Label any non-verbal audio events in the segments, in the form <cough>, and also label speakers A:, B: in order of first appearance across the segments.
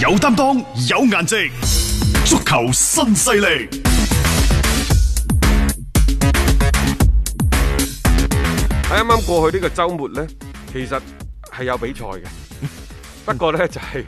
A: 有擔當，有顏值，足球新勢力。
B: 喺啱啱過去呢個周末呢，其實係有比賽
C: <laughs>
B: 嘅，不過呢，就係、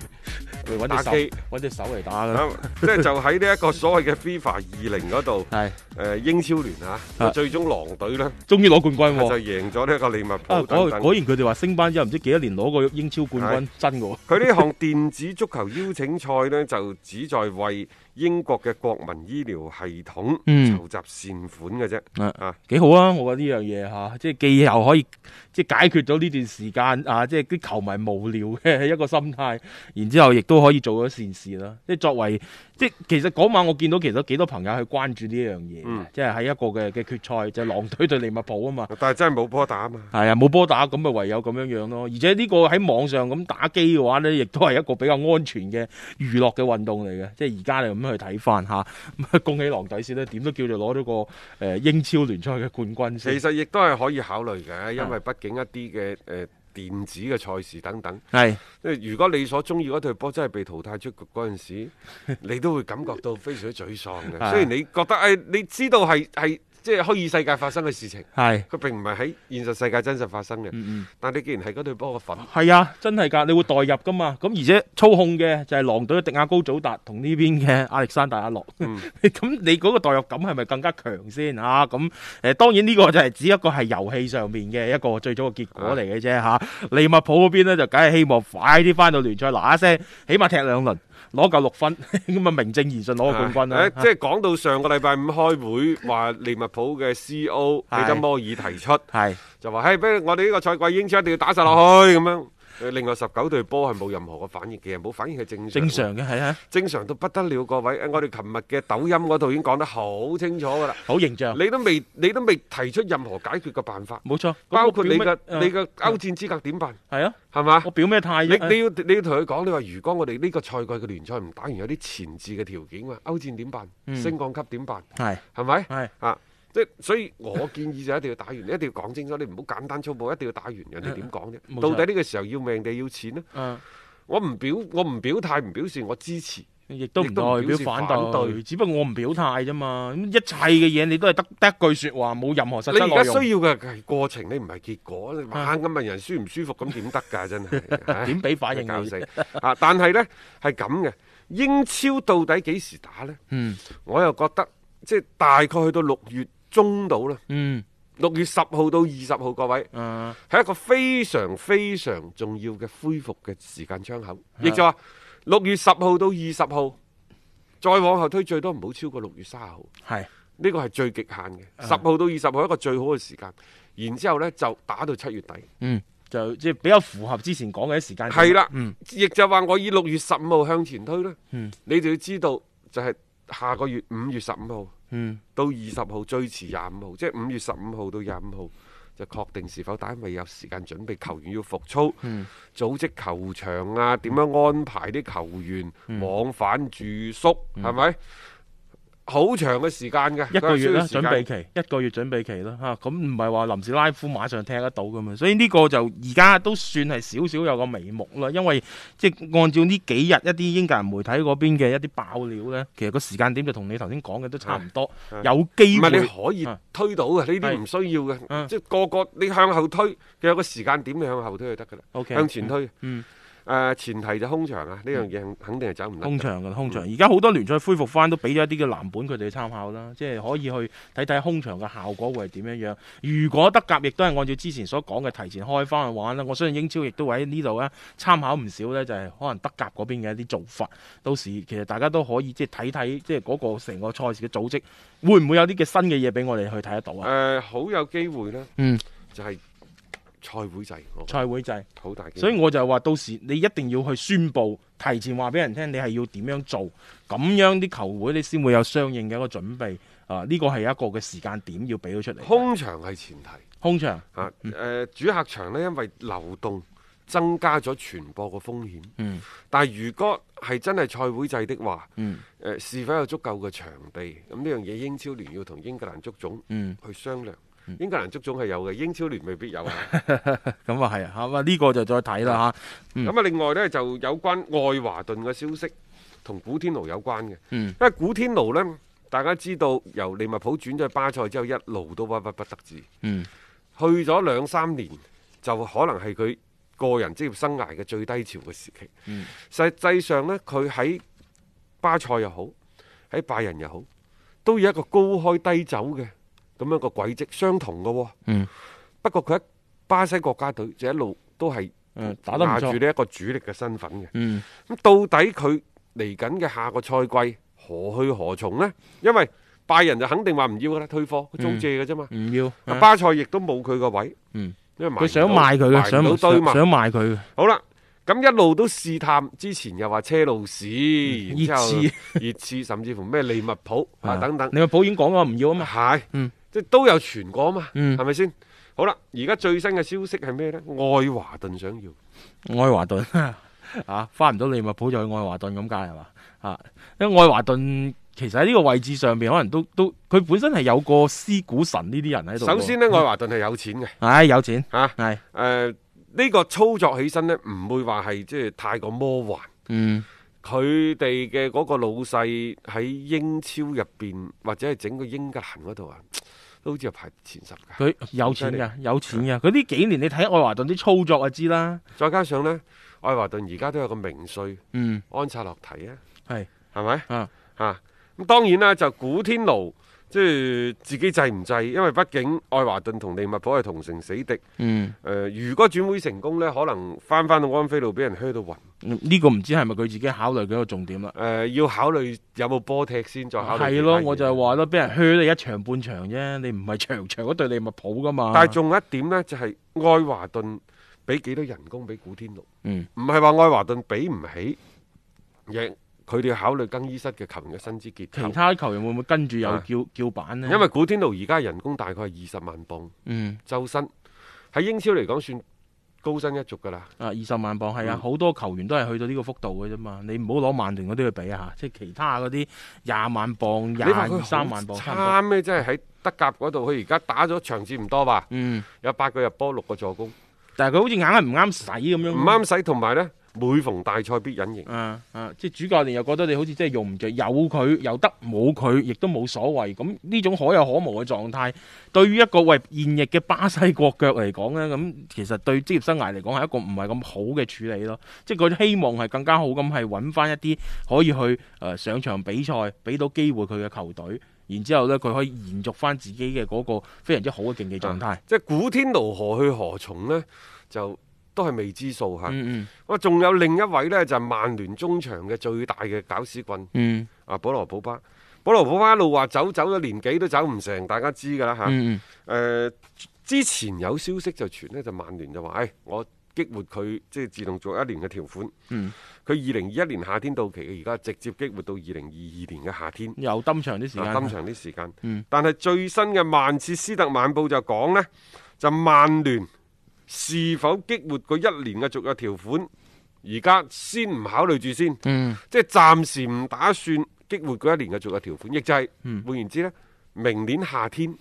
C: 揾
B: 打
C: 隻手
B: 機
C: 揾隻手嚟打㗎啦。
B: 啊即係就喺呢一個所謂嘅 FIFA 二零嗰
C: <laughs>
B: 度，誒、
C: 係，
B: 英超聯啊，
C: 啊
B: 最終狼隊呢，
C: 終於攞冠軍
B: 就
C: 喎！
B: 贏咗呢一個利物
C: 啊，
B: 浦等
C: 果
B: 等。
C: 果然佢哋話升班之後唔知幾多年攞過英超冠軍，真嘅喎。
B: 佢呢項電子足球邀請賽呢，就旨在為英國嘅國民醫療系統
C: 嗯
B: 籌集善款嘅啫。
C: 啊
B: 啊，
C: 幾好啊！我覺得呢樣嘢嚇，即係既又可以即係解決咗呢段時間啊，即係啲球迷無聊嘅 <laughs> 一個心態，然之後亦都可以做咗善事啦。即係作為即係其實嗰晚我見到其實幾多朋友去關注呢樣嘢，
B: 嗯
C: 即係喺一個嘅嘅決賽就係狼隊對利物浦啊嘛。
B: 但係真係冇波打啊嘛。
C: 係啊，冇波打咁咪唯有咁樣樣咯。而且呢個喺網上咁打機嘅話呢，亦都係一個比較安全嘅娛樂嘅運動嚟嘅。即係而家你咁樣去睇翻嚇，咁啊恭喜狼隊先啦，點都叫做攞咗個誒、呃英超聯賽嘅冠軍
B: 其
C: 先。
B: 實亦都係可以考慮嘅，
C: 啊
B: 因為畢竟一啲嘅誒電子嘅賽事等等。
C: 係
B: 即係如果你所中意嗰隊波真係被淘汰出局嗰陣時，
C: <laughs>
B: 你都會感覺到非常之沮喪嘅。
C: 啊
B: 雖然你覺得誒、哎你知道係係即係虛擬世界發生嘅事情，
C: 係，
B: 佢並唔係喺現實世界真實發生嘅。
C: 嗯嗯。
B: 但你既然係嗰隊波嘅份，
C: 係啊，真係㗎，你會代入㗎嘛？咁而且操控嘅就係狼隊嘅迪亞高祖達同呢邊嘅亞歷山大阿諾。
B: 嗯
C: <laughs> 咁、你嗰個代入感係咪更加強先啊？咁誒、呃、當然呢個就係只一個係遊戲上面嘅一個最早嘅結果嚟嘅啫嚇。利物浦嗰邊咧就梗係希望快啲翻到聯賽嗱一聲，起碼踢兩輪攞夠六分， <laughs> 咁啊名正言順攞個冠軍
B: 啊
C: 啦
B: 誒。即係講到上個禮拜五開會話利物浦嘅 C.O. 彼
C: 係
B: 得摩爾提出
C: 係
B: 就話：，嘿，哎不如我哋呢個賽季英超一定要打晒落去咁樣。誒另外十九隊波係冇任何嘅反應嘅，冇反應係正常。
C: 正常嘅，係啊，
B: 正常到不得了，各位！誒我哋琴日嘅抖音嗰度已經講得好清楚㗎啦，
C: 好形象，
B: 你都未你都未提出任何解決嘅辦法，
C: 冇錯。
B: 包括你嘅
C: 嘅
B: 你嘅歐戰資格點辦，
C: 係啊，
B: 係嘛
C: 我？表咩態
B: 你
C: 啫？
B: 你要你要同佢講，你話如果我哋呢個賽季嘅聯賽唔打完，有啲前置嘅條件喎，歐戰點辦？
C: 嗯
B: 升降級點辦？
C: 係
B: 係咪？
C: 係
B: 啊！即係所以，我建議就一定要打完，你一定要講清楚，你唔好簡單粗暴，一定要打完，人哋點講啫？
C: <laughs> 冇錯
B: 到底呢個時候要命定係要錢呢？
C: 嗯。
B: 我唔表我唔表態，唔表示我支持。
C: 亦都
B: 亦
C: 唔
B: 都唔
C: 代
B: 表
C: 表
B: 示
C: 反
B: 反
C: 對，
B: 對
C: 只不過我唔表態啫嘛。咁一切嘅嘢你都係得得一句説話，冇任何實
B: 你
C: 質
B: 而
C: 內
B: 家
C: 容。
B: 需要嘅係過程，你唔係結果。你猛咁問人舒唔舒服，咁點得㗎？真
C: <laughs>
B: 係唉
C: 點俾反應
B: 搞
C: 你
B: 死啊！但係呢，係咁嘅，英超到底幾時打呢？
C: 嗯
B: 我又覺得即係大概去到六月中到啦，
C: 嗯
B: 六月十號到二十號，各位
C: 啊
B: 係一個非常非常重要嘅恢復嘅時間窗口，亦就話六月十號到二十號，再往後推最多唔好超過六月三十號。
C: 係
B: 呢個係最極限嘅，
C: 啊
B: 十號到二十號一個最好嘅時間，然之後呢，就打到七月底，
C: 嗯，就即係比較符合之前講嘅時間。
B: 係啦
C: 嗯，
B: 亦就話我以六月十五號向前推啦，
C: 嗯
B: 你就要知道就係下個月五月十五號
C: 嗯
B: 到二十號最遲廿五號，即係五月十五號到廿五號就確定是否打，因為有時間準備球員要復操，
C: 嗯
B: 組織球場啊，點樣安排啲球員、
C: 嗯
B: 往返住宿，係咪、好長嘅時間嘅，
C: 一個月啦，
B: 佢係需要時間
C: 準備期一個月準備期啦嚇，咁唔係話臨時拉夫馬上踢得到噶嘛，所以呢個就而家都算係少少有個眉目啦，因為 <laughs> 即係按照呢幾日一啲英格蘭媒體嗰邊嘅一啲爆料呢，其實個時間點就同你頭先講嘅都差唔多，有機
B: 嗯唔係
C: 會
B: 你可以
C: 啊
B: 推到嘅，呢啲
C: 係
B: 唔需要嘅，
C: 嗯
B: 即係個個你向後推，佢有個時間點你向後推就得㗎啦，
C: OK
B: 向前推。
C: 嗯
B: 誒前提就空場啊，呢樣嘢肯肯定係走唔甩
C: 空
B: 㗎。
C: 場嘅空場，而家好多聯賽恢復翻都俾咗一啲嘅藍本佢哋參考啦，即係可以去睇睇空場嘅效果會係點樣樣。如果德甲亦都係按照之前所講嘅提前開翻去玩啦，我相信英超亦都會喺呢度咧啊參考唔少呢，就係可能德甲嗰邊嘅一啲做法。到時其實大家都可以即係睇睇，即係嗰個成個賽事嘅組織會唔會有啲嘅新嘅嘢俾我哋去睇得到啊？
B: 誒好有機會呢，
C: 嗯，
B: 就係賽會制，我覺得
C: 賽會制。
B: 好大機
C: 所
B: 會。
C: 以我就話到時你一定要去宣佈，提前話俾人聽你係要點樣做，咁樣啲球會你先會有相應嘅一個準備。啊，呢個係一個嘅時間點要俾到出嚟。
B: 空場係前提
C: 空場，
B: 嚇，誒主客場呢，因為流動增加咗傳播嘅風險。
C: 嗯
B: 但係如果係真係賽會制的話，
C: 嗯
B: 誒是否有足夠嘅場地？咁呢樣嘢英超聯要同英格蘭足總
C: 嗯
B: 去商量。英格蘭足總係有嘅，英超聯未必有啊。
C: 咁啊係啊，咁啊呢個就再睇啦嚇。嗯
B: 咁啊，另外呢，就有關愛華頓嘅消息同古天奴有關嘅，
C: 嗯
B: 因為古天奴呢，大家知道由利物浦轉咗去巴塞之後，一路都屈屈不得志，
C: 嗯
B: 去咗兩三年就可能係佢個人職業生涯嘅最低潮嘅時期。
C: 嗯
B: 實際上呢，佢喺巴塞又好，喺拜仁又好，都有一個高開低走嘅咁樣個軌跡，相同嘅喎、
C: 嗯
B: 不過佢喺巴西國家隊就一路都係
C: 嗯打得唔
B: 拿
C: 錯
B: 住呢一個主力嘅身份嘅。
C: 嗯
B: 咁到底佢嚟緊嘅下個賽季何去何從呢？因為拜仁就肯定話唔要㗎啦，退貨佢租借嘅啫嘛。
C: 唔要。啊
B: 巴塞亦都冇佢個位，
C: 嗯
B: 因為賣唔到
C: 佢想賣佢嘅，想
B: 賣唔到堆
C: 想
B: 嘛。
C: 想賣佢嘅。
B: 好啦，咁一路都試探，之前又話車路士，然之後
C: 嗯熱刺
B: 熱刺，甚至乎咩利物浦啊等等，
C: 你個保險講過唔要啊嘛。
B: 係
C: 嗯，
B: 即係都有傳過啊嘛，
C: 嗯
B: 係咪先？好啦，而家最新嘅消息係咩呢？愛華頓想要，
C: 愛華 <laughs> 頓啊，翻唔到利物浦就去愛華頓咁解係嘛？啊，因為愛華頓其實喺呢個位置上邊，可能都都佢本身係有個司股神呢啲人喺度喎。
B: 首先呢，愛華頓係有錢嘅啊
C: 唉、有錢
B: 嚇，誒、
C: 係
B: 呢個操作起身呢，唔會話係即係太過魔幻。
C: 嗯
B: 佢哋嘅嗰個老細喺英超入邊，或者係整個英格蘭嗰度啊，都好似係排前十㗎。
C: 佢有錢㗎，有錢㗎。佢呢幾年你睇愛華頓啲操作就知啦。
B: 再加上呢，愛華頓而家都有個名帥
C: 嗯，
B: 安察洛提啊，
C: 係
B: 係咪？
C: 啊
B: 啊咁當然啦，就古天奴即係自己制唔制，因為畢竟愛華頓同利物浦係同城死敵。誒、
C: 嗯，
B: 如果轉會成功呢，可能翻翻到安菲路俾人靴到暈。誒、
C: 呢、個唔知係咪佢自己考慮嘅一個重點啦。
B: 呃要考慮有冇波踢先，再考慮。
C: 係咯，我就係。話咯，俾人靴你一場半場啫，你唔係場場嗰對利物浦噶嘛。
B: 但係仲有一點呢，就係、愛華頓俾幾多人工俾古天奴，
C: 嗯
B: 唔係話愛華頓俾唔起，而係佢哋要考慮更衣室嘅球員嘅薪資結構
C: 其。他球員會唔會跟住又
B: 啊
C: 叫叫板呢？
B: 因為古天奴而家人工大概係二十萬磅
C: 嗯。
B: 周薪，喺英超嚟講算高薪一族㗎啦。
C: 啊，二十萬磅係啊，
B: 嗯
C: 好、多球員都係去到呢個幅度嘅啫嘛。你唔好攞曼聯嗰啲去比啊，即係其他嗰啲廿萬磅、
B: 你
C: 廿
B: 話佢
C: 二
B: 好
C: 三萬磅差唔多。
B: 差咩？真係喺德甲嗰度，佢而家打咗場次唔多吧，
C: 嗯，
B: 有八個入波，六個助攻，唔
C: 但係佢好似硬係唔啱使咁樣。
B: 啱使。同埋呢，每逢大賽必隱形。
C: 啊啊！即係主教練又覺得你好似真係用唔着，有佢又得，冇佢亦都冇所謂。咁呢種可有可無嘅狀態，對於一個喂現役嘅巴西國腳嚟講呢，咁其實對職業生涯嚟講係一個唔係咁好嘅處理咯。即係佢希望係更加好咁係揾翻一啲可以去誒、呃上場比賽，俾到機會佢嘅球隊，然之後呢，佢可以延續翻自己嘅嗰個非常之好嘅競技狀態。
B: 即係古天奴何去何從呢？就都係未知數嚇。
C: 嗯
B: 我仲有另一位呢，就係、曼聯中場嘅最大嘅搞屎棍
C: 嗯
B: 啊，保羅普巴。保羅普巴一路話走走咗年幾都走唔成，大家知㗎啦嚇。
C: 嗯嗯
B: 誒、之前有消息就傳呢，就曼聯就話：，誒、我激活佢即係自動做一年嘅條款。
C: 嗯，
B: 佢二零二一年夏天到期嘅，而家直接激活到二零二二年嘅夏天，
C: 又蹲長啲時間。
B: 啊，咁長啲時間。
C: 嗯
B: 但係最新嘅曼徹斯特晚報就講呢，就曼聯是否激活佢一年嘅續約條款，而家先唔考慮住先，
C: 嗯
B: 即係暫時唔打算激活佢一年嘅續約條款，亦就係、
C: 嗯
B: 換言之呢，明年夏天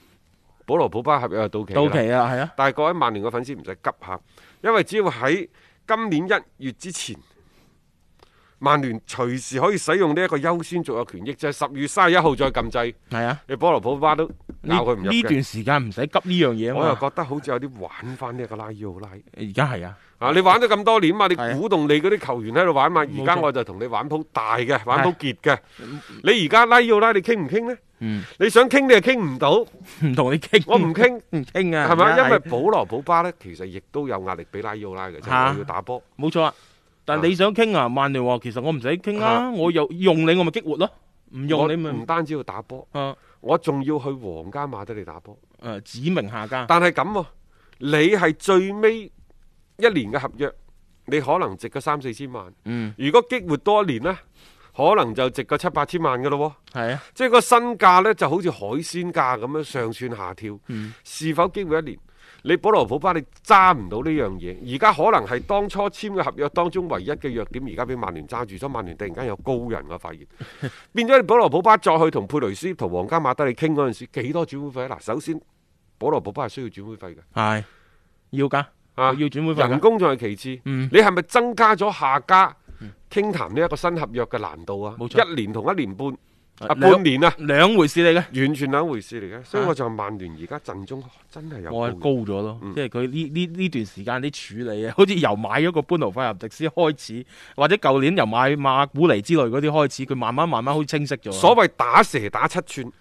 B: 保羅普巴合約就到期㗎
C: 到
B: 啦。
C: 期啊，係啊。
B: 但係各位曼聯嘅粉絲唔使急嚇，因為只要喺今年一月之前，曼聯隨時可以使用呢一個優先續約權益，
C: 嗯
B: 就係十月三十一號再撳掣，
C: 係啊，
B: 你波羅普巴都
C: 呢
B: 咬佢唔入
C: 呢
B: 嘅。
C: 段時間唔使急呢樣嘢
B: 我
C: 啊
B: 又
C: 嘛，
B: 覺得好似有啲玩翻呢一個拉伊奧拉
C: 而家係啊， <laughs>
B: 啊！你玩咗咁多年嘛，你
C: 係啊
B: 鼓動你嗰啲球員喺度玩嘛，而家
C: 冇錯
B: 我就同你玩鋪大嘅，玩鋪結嘅。你而家拉伊奧拉，你傾唔傾呢？
C: 嗯，
B: 你想傾你又傾唔到，
C: 唔同你傾，
B: 我
C: <laughs>
B: 唔傾。
C: 唔傾啊，
B: 係
C: 而
B: 咪？
C: 家
B: 因為保羅保巴呢，其實亦都有壓力俾拉伊奧拉嘅，就係
C: 嚇
B: 我要打波。
C: 冇錯啊。但
B: 啊
C: 你想傾啊，曼聯話其實我唔使傾啦，
B: 啊
C: 我又用你我咪激活咯，唔用
B: 我
C: 你
B: 唔
C: 咪
B: 單止要打波，
C: 啊
B: 我仲要去皇家馬德里打波。
C: 誒指明下家，
B: 但係咁喎，你係最尾一年嘅合約，你可能值個三四千萬。
C: 嗯，
B: 如果激活多一年呢，可能就值個七八千萬嘅咯喎。
C: 係啊，
B: 即係個身價呢，就好似海鮮價咁樣上竄下跳。
C: 嗯
B: 是否激活一年？你保羅普巴你揸唔到呢樣嘢，而家可能係當初簽嘅合約當中唯一嘅弱點，而家俾曼聯揸住咗。曼聯突然間有高人我
C: <laughs>
B: 發現，變咗你保羅普巴再去同佩雷斯同皇家馬德里傾嗰陣時，幾多轉會費啊嗱？首先保羅保巴係需要轉會費嘅，
C: 係要㗎，
B: 啊，
C: 要轉會費
B: 人
C: 㗎。
B: 工仲係其次。
C: 嗯，
B: 你係咪增加咗下家傾談呢一個新合約嘅難度啊？
C: 冇錯
B: 一年同一年半啊，半
C: 兩
B: 年啊，
C: 兩回事嚟嘅。
B: 完全兩回事嚟嘅。所以
C: 啊
B: 我就話曼聯而家陣中真係有
C: 我係
B: 高
C: 高咗咯，
B: 嗯
C: 即係佢呢呢呢段時間啲處理啊，好似由買咗個班奴費合迪斯開始，或者舊年由買馬古尼之類嗰啲開始，佢慢慢慢慢好似清晰咗。啊
B: 所謂打蛇打七寸，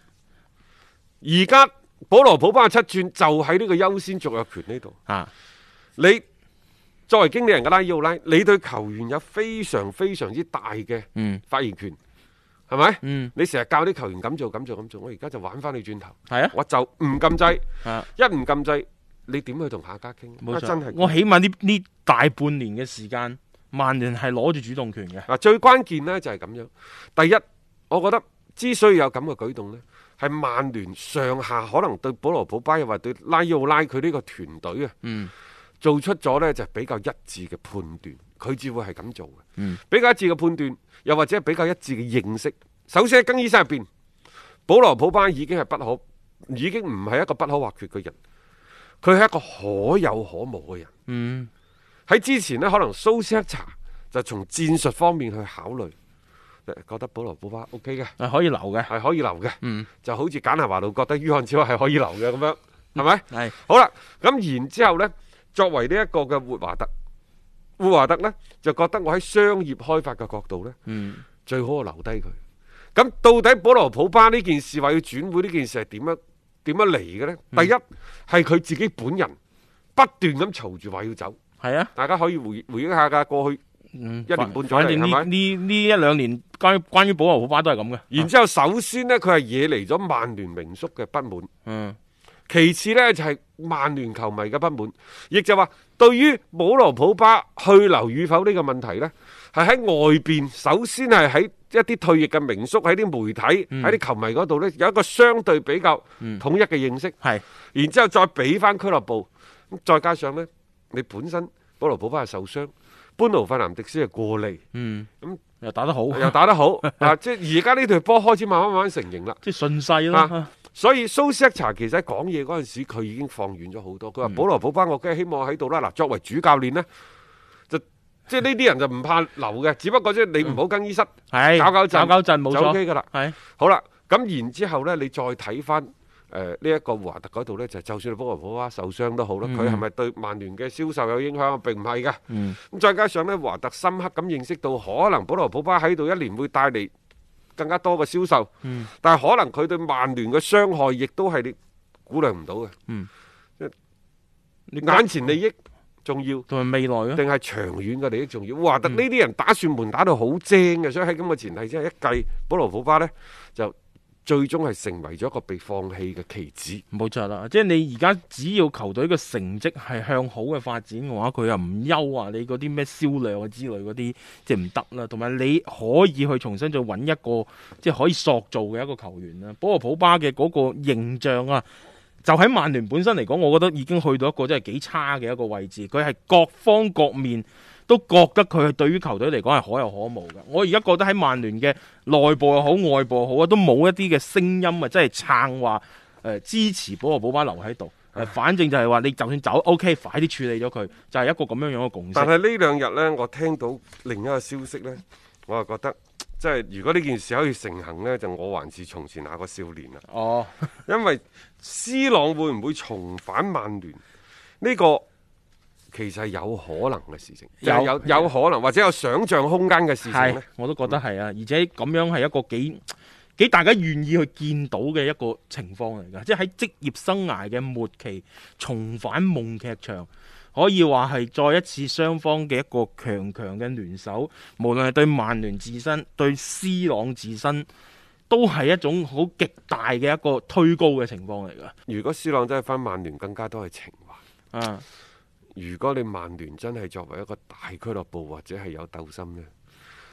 B: 而家保羅普巴嘅七寸就喺呢個優先續約權呢度。
C: 啊，
B: 你作為經理人嘅拉伊奧拉，你對球員有非常非常之大嘅
C: 嗯
B: 發言權，係咪？
C: 嗯，
B: 你成日教啲球員咁做咁做咁做，我而家就玩翻你轉頭，
C: 係啊。
B: 我就唔禁制，
C: 啊
B: 一唔禁制，你點去同下家傾？
C: 冇
B: 啊真係
C: 錯，我起碼呢呢大半年嘅時間，曼聯係攞住主動權嘅。
B: 嗱，最關鍵呢就係咁樣。第一，我覺得之所以有咁嘅舉動呢，係曼聯上下可能對保羅普巴又或對拉伊奧拉佢呢個團隊啊，
C: 嗯
B: 做出咗呢就比較一致嘅判斷，佢至會係咁做嘅。
C: 嗯
B: 比較一致嘅判斷，又或者係比較一致嘅認識。首先喺更衣室入邊，保羅普巴已經係不可，已經唔係一個不可或缺嘅人，佢係一個可有可無嘅人。
C: 嗯，
B: 喺之前呢，可能蘇斯克查就從戰術方面去考慮，誒覺得保羅保巴 O K 嘅，
C: 係可以留嘅。
B: 係可以留嘅，
C: 嗯，
B: 就好似簡拿華路覺得於漢超係可以留嘅咁樣，係咪？
C: 係
B: 好啦，咁然之後呢，作為呢一個嘅活華特，活華特呢，就覺得我喺商業開發嘅角度呢，
C: 嗯
B: 最好我留低佢。咁到底保羅普巴呢件事話要轉會呢件事係點樣點樣嚟嘅呢？
C: 嗯
B: 第一係佢自己本人不斷咁嘈住話要走。
C: 係啊。
B: 大家可以回回憶下㗎，過去，
C: 嗯，
B: 一年半
C: 反
B: 左右
C: 反
B: 係
C: 正
B: 咪
C: 呢呢呢一兩年關於關於保羅普巴都係咁嘅。
B: 然之後首先呢，佢係惹嚟咗曼聯名宿嘅不滿，
C: 嗯
B: 其次呢，就係、曼聯球迷嘅不滿，亦就話對於保羅普巴去留與否呢個問題呢，係喺外邊，首先係喺一啲退役嘅名宿喺啲媒體
C: 嗯
B: 喺啲球迷嗰度呢，有一個相對比較
C: 嗯
B: 統一嘅認識，
C: 係
B: 然之後再俾翻俱樂部，咁再加上呢，你本身保羅普巴係受傷，班奴費南迪斯係過嚟。
C: 嗯
B: 咁
C: 又打得好，
B: 又打得好 <laughs> 啊！即係而家呢隊波開始慢慢慢慢成型啦，
C: 即係順勢啦。
B: 所以蘇斯克查其實喺講嘢嗰陣時，佢已經放遠咗好多。
C: 嗯
B: 佢話：保羅普巴，我梗係希望喺度啦。嗱，作為主教練呢，就即係呢啲人就唔怕留嘅，只不過即係你唔好更衣室
C: 係
B: 搞搞震
C: 搞搞震嗯冇
B: 就
C: 錯。
B: OK 噶啦。
C: 係
B: 好啦，咁然之後呢，你再睇翻誒呢一個胡華特嗰度呢，就就算保羅普巴受傷都好啦，
C: 嗯
B: 佢係咪對曼聯嘅銷售有影響？並唔係嘅。
C: 嗯
B: 咁再加上呢，華特深刻咁認識到，可能保羅普巴喺度一年會帶嚟更加多嘅銷售，
C: 嗯
B: 但係可能佢對曼聯嘅傷害亦都係你估量唔到嘅。
C: 你
B: 眼前利益重要，
C: 同埋未來咯。
B: 定係長遠嘅利益重要？華特呢啲人打算門打到好精嘅，所以喺咁嘅前提之下，一計保羅普巴呢，就最終係成為咗一個被放棄嘅棋子。
C: 冇錯啦，即係你而家只要球隊嘅成績係向好嘅發展嘅話，佢又唔憂話你嗰啲咩銷量啊之類嗰啲，即係唔得啦。同埋你可以去重新再揾一個即係可以塑造嘅一個球員啦。保羅普巴嘅嗰個形象啊，就喺曼聯本身嚟講，我覺得已經去到一個真係幾差嘅一個位置。佢係各方各面都覺得佢對於球隊嚟講係可有可無嘅。我而家覺得喺曼聯嘅內部又好，外部又好啊，都冇一啲嘅聲音啊，真係撐話誒支持保羅保巴留喺度。誒，反正就係話你就算走，OK，快啲處理咗佢，就係、一個咁樣樣嘅共識
B: 但。係呢兩日呢，我聽到另一個消息呢，我就覺得即係如果呢件事可以成行呢，就我還是從前那個少年啦。
C: 哦，
B: 因為斯朗會唔會重返曼聯呢、個其實係有可能嘅事情，就係有
C: 有
B: 有可能或者有想像空間嘅事情
C: 係
B: 咧。，
C: 我都覺得係啊，而且咁樣係一個幾幾大家願意去見到嘅一個情況嚟㗎，即係喺職業生涯嘅末期重返夢劇場。可以話係再一次雙方嘅一個強強嘅聯手，無論係對曼聯自身、對 C 朗自身，都係一種好極大嘅一個推高嘅情況嚟㗎。
B: 如果斯朗真係翻曼聯，更加多係情懷。
C: 啊，
B: 如果你曼聯真係作為一個大俱樂部或者係有鬥心呢，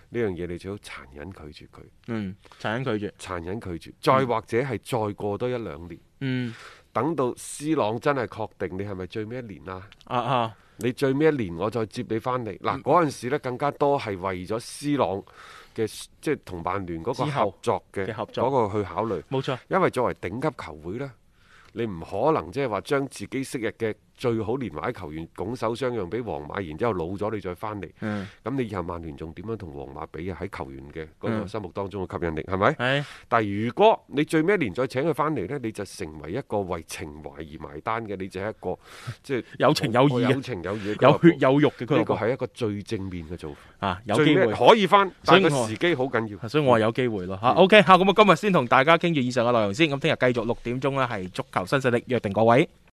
B: 呢樣嘢你最好殘忍拒絕佢，
C: 嗯，殘忍拒絕，
B: 殘忍拒絕。再或者係再過多一兩年，
C: 嗯，
B: 等到斯朗真係確定你係咪最尾一年啦、
C: 啊啊，
B: 你最尾一年我再接你翻嚟。
C: 嗯
B: 嗱，嗰陣時咧更加多係為咗斯朗嘅即係同曼聯嗰個
C: 之後
B: 合作嘅
C: 嘅合作
B: 嗰個去考慮，
C: 冇錯，
B: 因為作為頂級球會呢，你唔可能即係話將自己昔日嘅最好連環球員拱手相讓俾皇馬，然之後老咗你再翻嚟，咁、
C: 嗯，
B: 你以後曼聯仲點樣同皇馬比啊？喺球員嘅嗰個
C: 嗯
B: 心目當中嘅吸引力係咪？
C: 係
B: 但係如果你最尾一年再請佢翻嚟呢，你就成為一個為情懷而埋單嘅，你就係一
C: <laughs>
B: 個即係
C: 有情有義嘅
B: 有情有義嘅
C: 有
B: 俱樂
C: 血
B: 部
C: 有肉嘅佢
B: 呢個係一個最正面嘅做法，
C: 啊，有
B: 最
C: 機
B: 尾
C: 會。
B: 可以翻，但係
C: 所以
B: 個
C: 我
B: 時機好緊要。
C: 所以我話有機會咯嚇。OK 嚇，咁啊今日先同大家傾住以上嘅內容先，咁聽日繼續六點鐘咧係足球新勢力約定各位。